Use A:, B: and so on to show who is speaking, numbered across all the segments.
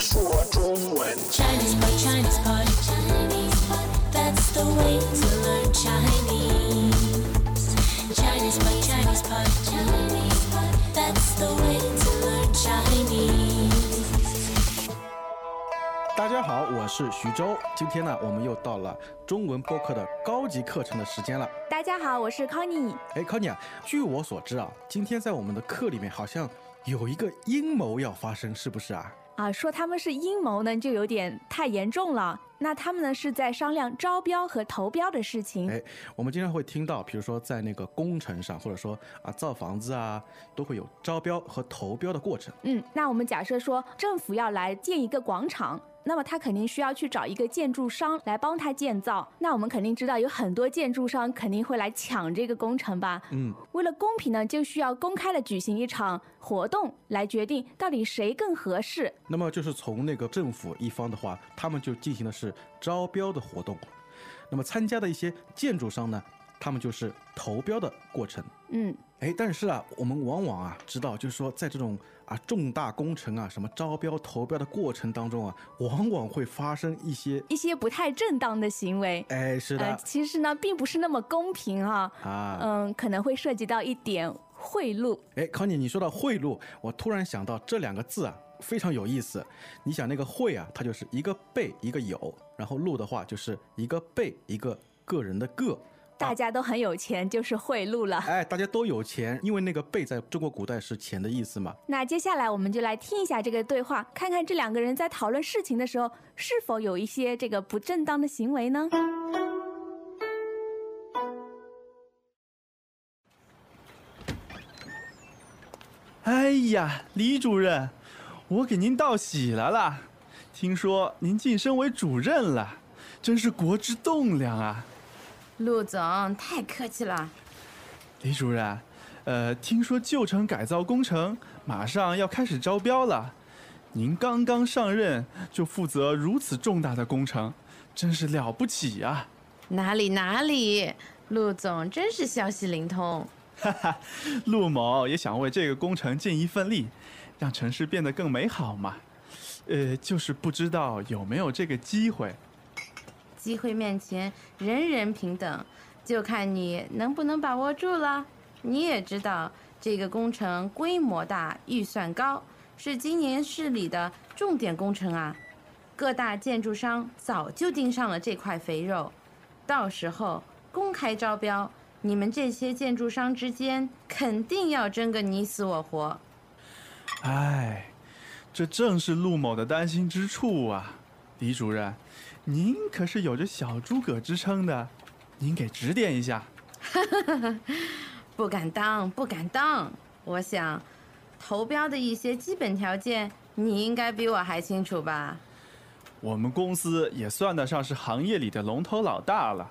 A: 说中文。
B: Chinese pot, Chinese pot, Chinese pot. That's the way to learn Chinese. Chinese pot, Chinese pot, Chinese pot. That's the way to learn Chinese.
C: 大家好，我是徐州。今天呢，我们又到了中文播客的高级课程的时间了。
D: 大家好，我是康妮。
C: 哎，康妮啊，据我所知啊，今天在我们的课里面好像有一个阴谋要发生，是不是啊？
D: 啊，说他们是阴谋呢，就有点太严重了。那他们呢是在商量招标和投标的事情。
C: 哎，我们经常会听到，比如说在那个工程上，或者说啊造房子啊，都会有招标和投标的过程。
D: 嗯，那我们假设说政府要来建一个广场，那么他肯定需要去找一个建筑商来帮他建造。那我们肯定知道有很多建筑商肯定会来抢这个工程吧？
C: 嗯，
D: 为了公平呢，就需要公开的举行一场活动来决定到底谁更合适。
C: 那么就是从那个政府一方的话，他们就进行的是招标的活动，那么参加的一些建筑商呢，他们就是投标的过程。
D: 嗯，
C: 哎，但是啊，我们往往啊知道，就是说在这种啊重大工程啊什么招标投标的过程当中啊，往往会发生一些，
D: 一些不太正当的行为。
C: 哎，是
D: 呃，
C: 的、
D: 其实呢，并不是那么公平哈、
C: 啊。
D: 嗯，可能会涉及到一点贿赂。
C: 哎，康姐，你说到贿赂，我突然想到这两个字啊，非常有意思。你想那个贿啊，它就是一个被一个有，然后赂的话就是一个被一个个人的个。
D: 大家都很有钱，就是贿赂了。
C: 哎，大家都有钱，因为那个被在中国古代是钱的意思嘛。
D: 那接下来我们就来听一下这个对话，看看这两个人在讨论事情的时候是否有一些这个不正当的行为呢？
C: 嗯
E: 哎呀，李主任，我给您道喜来了。听说您晋升为主任了，真是国之栋梁啊！
F: 陆总太客气了，
E: 李主任，呃，听说旧城改造工程马上要开始招标了，您刚刚上任就负责如此重大的工程，真是了不起啊！
F: 哪里哪里，陆总真是消息灵通。
E: 陆某也想为这个工程尽一份力，让城市变得更美好嘛。呃，就是不知道有没有这个机会。
F: 机会面前人人平等，就看你能不能把握住了。你也知道，这个工程规模大，预算高，是今年市里的重点工程啊。各大建筑商早就盯上了这块肥肉，到时候公开招标，你们这些建筑商之间肯定要争个你死我活。
E: 唉，哎这正是陆某的担心之处啊，李主任，您可是有着小诸葛之称的，您给指点一下。
F: 不敢当，不敢当。我想，投标的一些基本条件，你应该比我还清楚吧？
E: 我们公司也算得上是行业里的龙头老大了，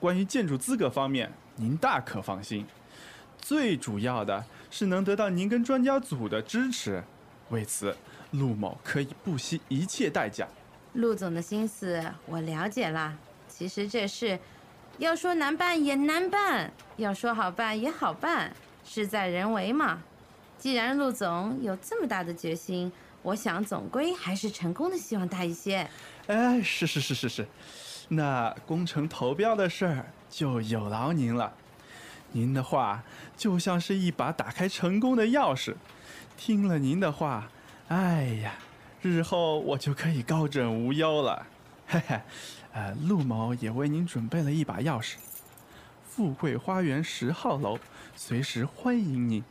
E: 关于建筑资格方面，您大可放心。最主要的是能得到您跟专家组的支持，为此，陆某可以不惜一切代价。
F: 陆总的心思我了解啦。其实这事，要说难办也难办，要说好办也好办，事在人为嘛。既然陆总有这么大的决心，我想总归还是成功的希望大一些。
E: 哎，是是是是是，那工程投标的事儿就有劳您了。您的话就像是一把打开成功的钥匙，听了您的话，哎呀，日后我就可以高枕无忧了。 嘿嘿，呃，陆某也为您准备了一把钥匙，富贵花园十号楼，随时欢迎您。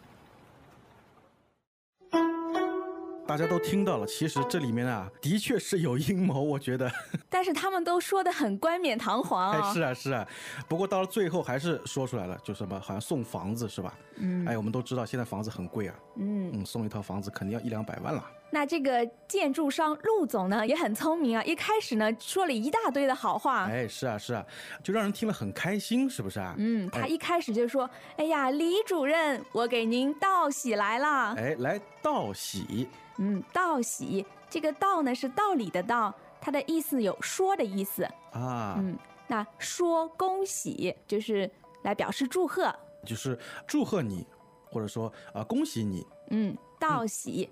C: 大家都听到了，其实这里面啊，的确是有阴谋，我觉得。
D: 但是他们都说的很冠冕堂皇啊、
C: 哎，是啊，是啊。不过到了最后还是说出来了，就什么好像送房子是吧？嗯。哎，我们都知道现在房子很贵啊，
D: 嗯，
C: 嗯，送一套房子肯定要一两百万了。
D: 那这个建筑商陆总呢也很聪明啊，一开始呢说了一大堆的好话。
C: 哎，是啊，是啊，就让人听了很开心，是不是啊？
D: 嗯，他一开始就说：“哎呀，李主任，我给您道喜来了。”
C: 哎，来道喜，
D: 嗯，道喜，这个道呢是道理的道，它的意思有说的意思。
C: 啊，
D: 嗯，那说恭喜就是来表示祝贺。
C: 就是祝贺你，或者说啊、恭喜你。
D: 嗯，道喜。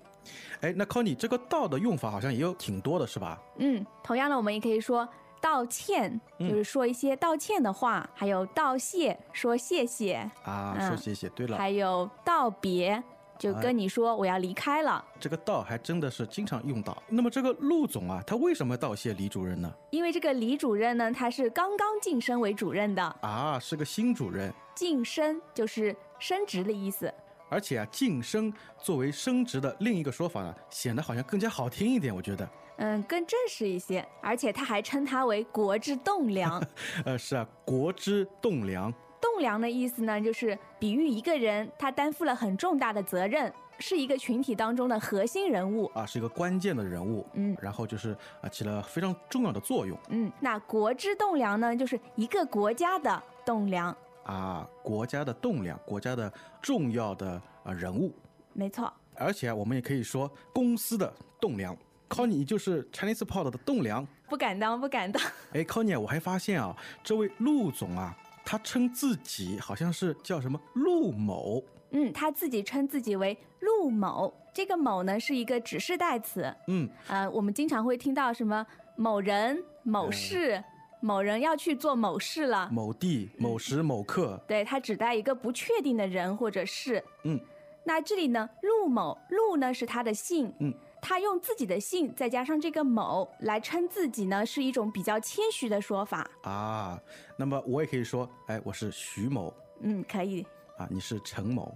C: 哎，那 Conny 这个“道”的用法好像也有挺多的，是吧？
D: 嗯，同样的，我们也可以说道歉，就
C: 嗯
D: 是说一些道歉的话，还有道谢，说谢谢，
C: 啊，
D: 嗯
C: 说谢谢。对了，
D: 还有道别，就
C: 哎
D: 跟你说我要离开了。
C: 这个“道”还真的是经常用到。那么这个陆总啊，他为什么道谢李主任呢？
D: 因为这个李主任呢，他是刚刚晋升为主任的，
C: 啊，是个新主任，
D: 晋升就是升职的意思。
C: 而且啊，晋升作为升职的另一个说法呢，显得好像更加好听一点。我觉得，
D: 嗯，更正式一些，而且他还称他为国之栋梁。
C: 呃，是啊，国之栋梁。
D: 栋梁的意思呢，就是比喻一个人他担负了很重大的责任，是一个群体当中的核心人物。
C: 啊，是一个关键的人物，
D: 嗯
C: 然后就是啊起了非常重要的作用
D: 嗯，那国之栋梁呢，就是一个国家的栋梁，
C: 啊，国家的栋梁，国家的重要的啊人物，
D: 没错。
C: 而且啊，我们也可以说公司的栋梁。Conny 你就是 Chinese Pod 的栋梁。
D: 不敢当，不敢当。
C: 哎，Conny，啊我还发现啊，这位陆总啊，他称自己好像是叫什么陆某
D: 嗯，他自己称自己为陆某，这个某呢是一个指示代词，
C: 嗯，
D: 呃，我们经常会听到什么某人、某
C: 嗯
D: 事、某人要去做某事了，
C: 某地某时某刻。
D: 对，它指代一个不确定的人或者事。
C: 嗯，
D: 那这里呢，陆某，陆呢是他的姓。
C: 嗯，
D: 他用自己的姓再加上这个某来称自己呢，是一种比较谦虚的说法。
C: 啊，那么我也可以说，哎，我是徐某
D: 嗯，可以，
C: 啊，你是陈某。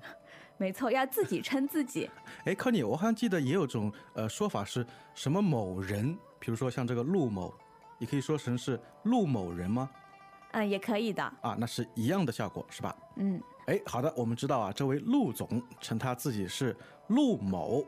D: 没错，要自己称自己。
C: 哎，康妮，我好像记得也有种呃说法是什么某人，比如说像这个陆某，你可以说成是陆某人吗？
D: 嗯，也可以的。
C: 啊，那是一样的效果，是吧？
D: 嗯，
C: 哎，好的，我们知道啊，这位陆总称他自己是陆某，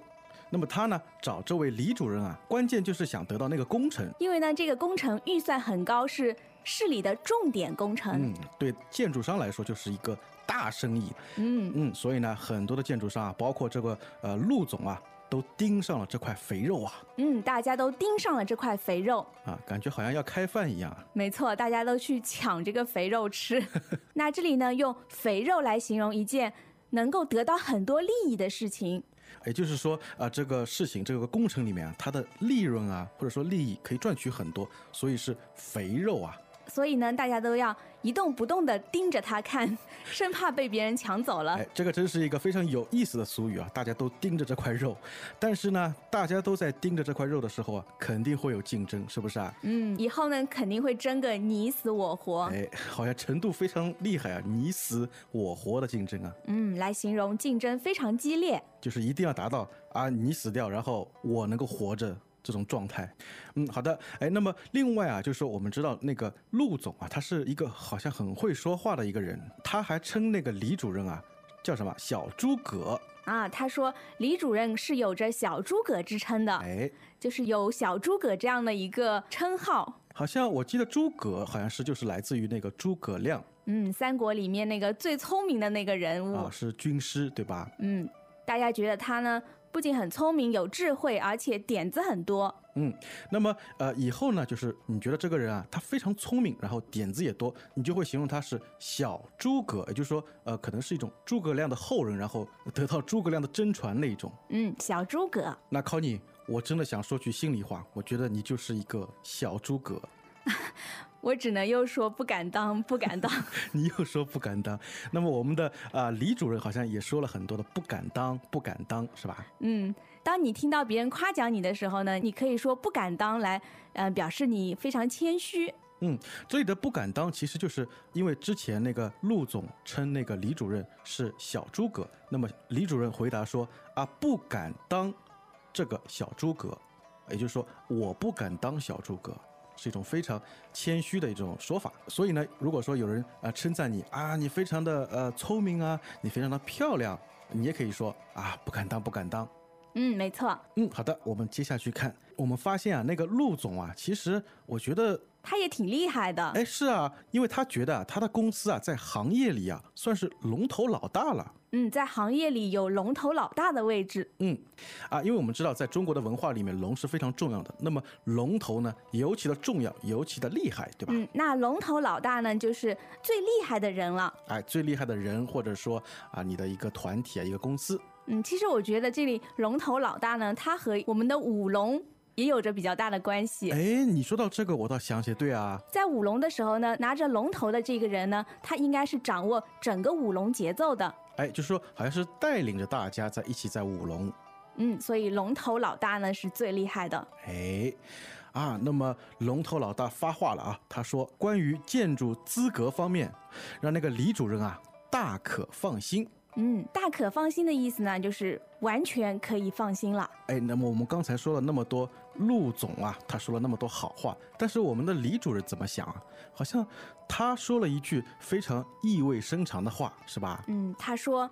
C: 那么他呢找这位李主任啊，关键就是想得到那个工程。
D: 因为呢，这个工程预算很高，是市里的重点工程。
C: 嗯，对建筑商来说就是一个大生意。
D: 嗯
C: 嗯，所以呢，很多的建筑商啊，包括这个呃陆总啊，都盯上了这块肥肉啊
D: 嗯，大家都盯上了这块肥肉。
C: 啊，感觉好像要开饭一样啊。
D: 没错，大家都去抢这个肥肉 吃。那这里呢，用肥肉来形容一件能够得到很多利益的事情。
C: 也就是说啊、这个事情这个工程里面啊，它的利润啊，或者说利益可以赚取很多，所以是肥肉啊。
D: 所以呢，大家都要一动不动地盯着 它看，生怕被别人抢走了
C: 哎。，这个真是一个非常有意思的俗语啊！大家都盯着这块肉，但是呢，大家都在盯着这块肉的时候啊，肯定会有竞争，是不是啊？
D: 嗯，以后呢，肯定会争个你死我活。
C: 哎，好像程度非常厉害啊，你死我活的竞争啊，
D: 嗯，来形容竞争非常激烈。
C: 就是一定要达到啊，你死掉，然后我能够活着。这种状态，嗯，好的，哎，那么另外啊，就是说我们知道那个陆总啊，他是一个好像很会说话的一个人，他还称那个李主任啊叫什么小诸葛，
D: 啊，他说李主任是有着“小诸葛”之称的，
C: 哎，
D: 就是有“小诸葛”这样的一个称号。
C: 好像我记得诸葛好像是就是来自于那个诸葛亮
D: 嗯，三国里面那个最聪明的那个人物，
C: 啊，是军师对吧？
D: 嗯，大家觉得他呢不仅很聪明、有智慧，而且点子很多。
C: 那么呃以后呢，就是你觉得这个人啊，他非常聪明，然后点子也多，你就会形容他是小诸葛，也就是说呃可能是一种诸葛亮的后人，然后得到诸葛亮的真传那一种。
D: 嗯，小诸葛，
C: 那考你，我真的想说句心里话，我觉得你就是一个小诸葛。
D: 我只能又说不敢当，不敢当。
C: 你又说不敢当，那么我们的啊、呃李主任好像也说了很多的不敢当，不敢当是吧？
D: 嗯，当你听到别人夸奖你的时候呢，你可以说不敢当来，呃，表示你非常谦虚。
C: 这里的不敢当，其实就是因为之前那个陆总称那个李主任是小诸葛，那么李主任回答说啊，不敢当这个小诸葛，也就是说我不敢当小诸葛，是一种非常谦虚的一种说法。所以呢，如果说有人啊、呃称赞你啊，你非常的呃聪明啊，你非常的漂亮，你也可以说啊，不敢当，不敢当。
D: 嗯，没错。
C: 嗯，好的，我们接下去看，我们发现啊，那个陆总啊，其实我觉得
D: 他也挺厉害的。
C: 哎，是啊，因为他觉得啊他的公司啊，在行业里啊，算是龙头老大了。
D: 嗯，在行业里有龙头老大的位置。
C: 嗯，啊，因为我们知道，在中国的文化里面，龙是非常重要的。那么龙头呢，尤其的重要，尤其的厉害，对吧？
D: 嗯，那龙头老大呢，就是最厉害的人了。
C: 哎，最厉害的人，或者说啊，你的一个团体啊，一个公司，
D: 嗯，其实我觉得这里龙头老大呢，他和我们的舞龙也有着比较大的关系。
C: 哎，你说到这个，我倒想起，对啊，
D: 在舞龙的时候呢，拿着龙头的这个人呢，他应该是掌握整个舞龙节奏的。
C: 哎，就是说好像是带领着大家在一起在舞龙，
D: 嗯，所以龙头老大呢是最厉害的。
C: 哎，啊，那么龙头老大发话了啊，他说关于建筑资格方面，让那个李主任啊大可放心。
D: 嗯，大可放心的意思呢，就是完全可以放心了。
C: 哎，那么我们刚才说了那么多，陆总啊，他说了那么多好话，但是我们的李主任怎么想啊？好像他说了一句非常意味深长的话，是吧？
D: 嗯，他说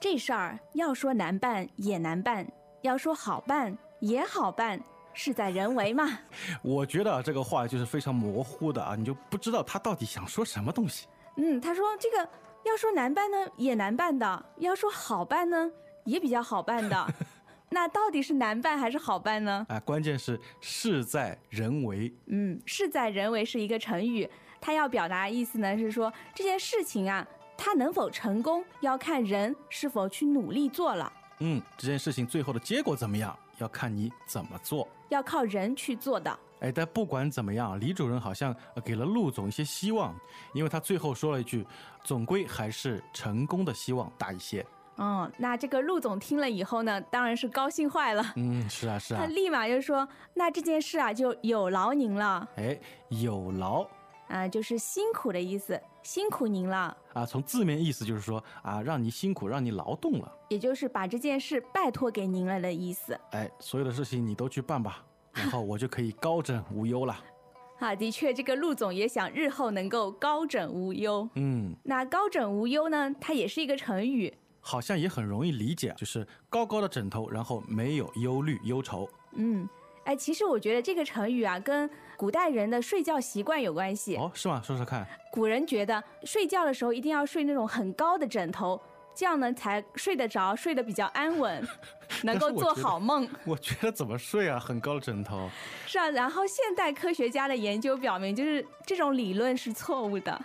D: 这事儿要说难办也难办，要说好办也好办，事在人为嘛。
C: 我觉得啊这个话就是非常模糊的啊，你就不知道他到底想说什么东西。
D: 嗯，他说这个要说难办呢也难办的，要说好办呢也比较好办的。 那到底是难办还是好办呢？
C: 啊，关键是事在人为。
D: 嗯，事在人为是一个成语，它要表达的意思呢是说这件事情啊，它能否成功要看人是否去努力做了，
C: 嗯，这件事情最后的结果怎么样，要看你怎么做。
D: 要靠人去做的。
C: 哎，但不管怎么样，啊李主任好像呃给了陆总一些希望，因为他最后说了一句，总归还是成功的希望大一些。
D: 哦，那这个陆总听了以后呢，当然是高兴坏了，
C: 嗯，是啊，是
D: 他
C: 啊。
D: 立马就说：“那这件事啊，就有劳您了，
C: 哎，有劳
D: 啊、就是辛苦的意思，辛苦您了。”
C: 啊，从字面意思就是说啊，让你辛苦，让你劳动了。
D: 也就是把这件事拜托给您了的意思。
C: 哎，所有的事情你都去办吧，然后我就可以高枕无忧了。
D: 啊，的确，这个陆总也想日后能够高枕无忧。
C: 嗯，
D: 那高枕无忧呢，它也是一个成语。
C: 好像也很容易理解，就是高高的枕头，然后没有忧虑忧愁。
D: 嗯，哎，其实我觉得这个成语啊，跟古代人的睡觉习惯有关系。
C: 哦，是吗？说说看。
D: 古人觉得睡觉的时候一定要睡那种很高的枕头，这样呢才睡得着，睡得比较 安稳，能够
C: 但是我
D: 做
C: 觉得
D: 好梦。
C: 我觉得怎么睡啊？很高的枕头。
D: 是啊，然后现代科学家的研究表明，就是这种理论是错误的。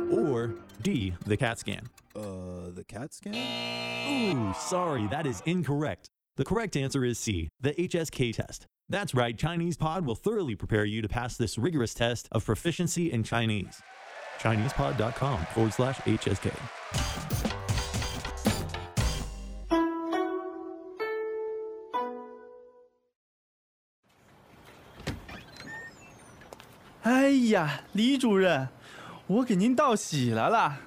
A: or D, the CAT scan?
G: Uh, the CAT scan?
A: Ooh, sorry, that is incorrect. The correct answer is C, the HSK test. That's right, Chinese Pod will thoroughly prepare you to pass this rigorous test of proficiency in Chinese. ChinesePod.com forward slash HSK.
E: 哎呀，李主任，我给您道喜了啦！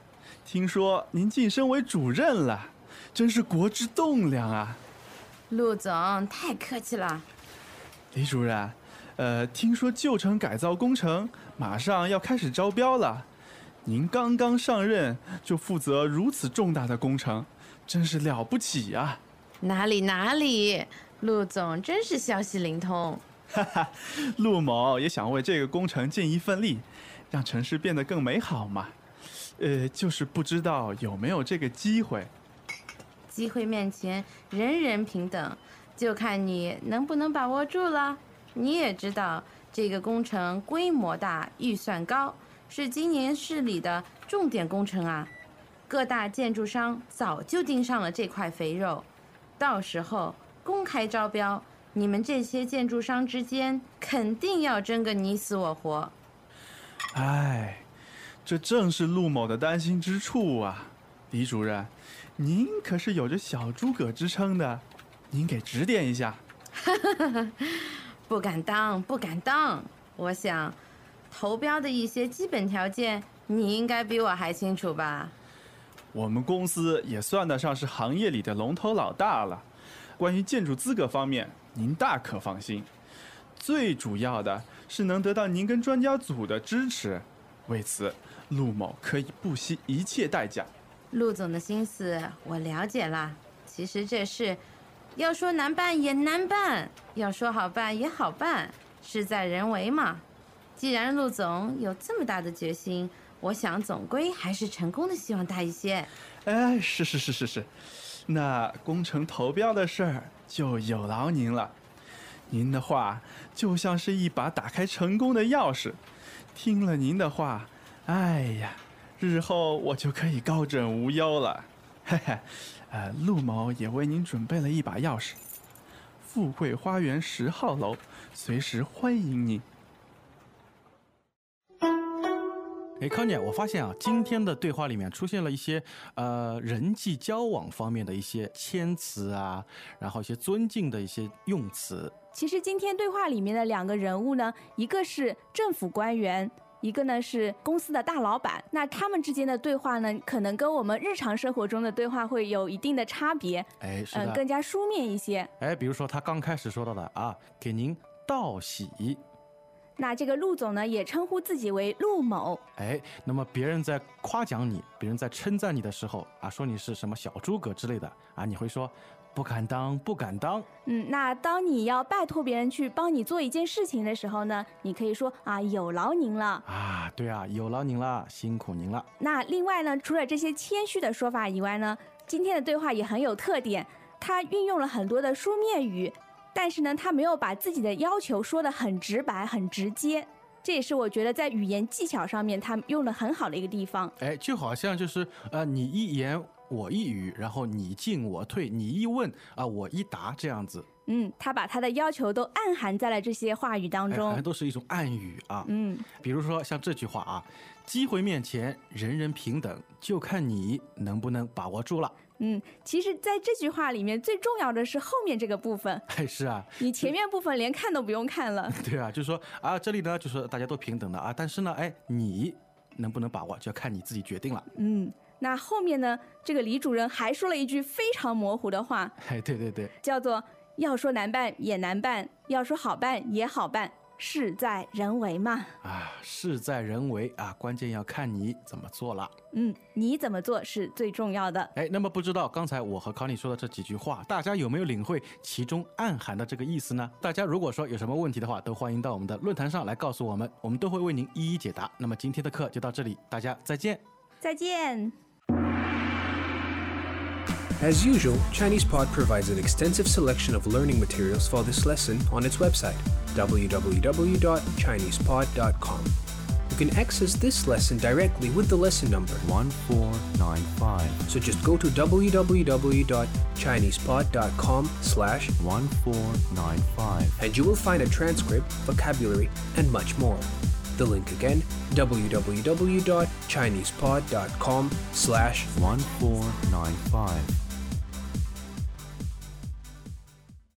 E: 听说您晋升为主任了，真是国之栋梁啊！
F: 陆总太客气了，
E: 李主任，呃，听说旧城改造工程马上要开始招标了，您刚刚上任就负责如此重大的工程，真是了不起啊！
F: 哪里哪里，陆总真是消息灵通。
E: 陆某也想为这个工程尽一份力，让城市变得更美好嘛。呃，就是不知道有没有这个机会。
F: 机会面前人人平等，就看你能不能把握住了。你也知道，这个工程规模大，预算高，是今年市里的重点工程啊。各大建筑商早就盯上了这块肥肉，到时候公开招标，你们这些建筑商之间肯定要争个你死我活。
E: 唉，哎这正是陆某的担心之处啊，李主任，您可是有着小诸葛之称的，您给指点一下。
F: 不敢当，不敢当。我想，投标的一些基本条件，你应该比我还清楚吧？
E: 我们公司也算得上是行业里的龙头老大了。关于建筑资格方面，您大可放心。最主要的是能得到您跟专家组的支持，为此，陆某可以不惜一切代价。
F: 陆总的心思我了解啦。其实这事，要说难办也难办，要说好办也好办，事在人为嘛。既然陆总有这么大的决心，我想总归还是成功的希望大一些。
E: 哎，是是是是是，那工程投标的事儿就有劳您了。您的话就像是一把打开成功的钥匙，听了您的话，哎呀，日后我就可以高枕无忧了。 嘿嘿，呃，陆某也为您准备了一把钥匙，富贵花园十号楼，随时欢迎您。
C: 哎，康姐，我发现啊，今天的对话里面出现了一些呃人际交往方面的一些谦词啊，然后一些尊敬的一些用词。
D: 其实今天对话里面的两个人物呢，一个是政府官员。一个呢是公司的大老板，那他们之间的对话呢，可能跟我们日常生活中的对话会有一定的差别，
C: 哎，是
D: 嗯、
C: 的，
D: 更加书面一些。
C: 哎，比如说他刚开始说到的啊，给您道喜，
D: 那这个陆总呢，也称呼自己为陆某，
C: 哎，那么别人在夸奖你，别人在称赞你的时候啊，说你是什么小诸葛之类的啊，你会说不敢当，不敢当。
D: 嗯，那当你要拜托别人去帮你做一件事情的时候呢，你可以说啊，有劳您了。
C: 啊，对啊，有劳您了，辛苦您了。
D: 那另外呢，除了这些谦虚的说法以外呢，今天的对话也很有特点，他运用了很多的书面语，但是呢，他没有把自己的要求说得很直白、很直接，这也是我觉得在语言技巧上面他用的很好的一个地方。
C: 哎，就好像就是呃，你一言我一语，然后你进我退，你一问啊、我一答这样子，哎
D: 嗯，他把他的要求都暗含在了这些话语当
C: 哎，好
D: 中
C: 像。都是一种暗语啊。
D: 嗯，
C: 比如说像这句话啊，机会面前人人平等，就看你能不能把握住了。
D: 嗯，其实，在这句话里面，最重要的是后面这个部分，
C: 哎，是啊，
D: 你前面部分连看都不用看了。
C: 对啊，就是说啊，这里呢就是大家都平等的啊，但是呢，哎，你能不能把握就要看你自己决定了。
D: 嗯，那后面呢，这个李主任还说了一句非常模糊的话，
C: 哎，对对对，
D: 叫做“要说难办也难办，要说好办也好办，事在人为嘛
C: 啊，事在人为啊，关键要看你怎么做了。”。
D: 嗯，你怎么做是最重要的。
C: 哎，那么不知道刚才我和康妮说的这几句话，大家有没有领会其中暗含的这个意思呢？大家如果说有什么问题的话，都欢迎到我们的论坛上来告诉我们，我们都会为您一一解答。那么今天的课就到这里，大家再见。
D: 再见。
H: As usual, ChinesePod provides an extensive selection of learning materials for this lesson on its website, www.chinesepod.com. You can access this lesson directly with the lesson number,
I: 1495
H: so just go to www.chinesepod.com slash
I: 1495
H: and you will find a transcript, vocabulary, and much more. The link again, www.chinesepod.com slash
I: 1495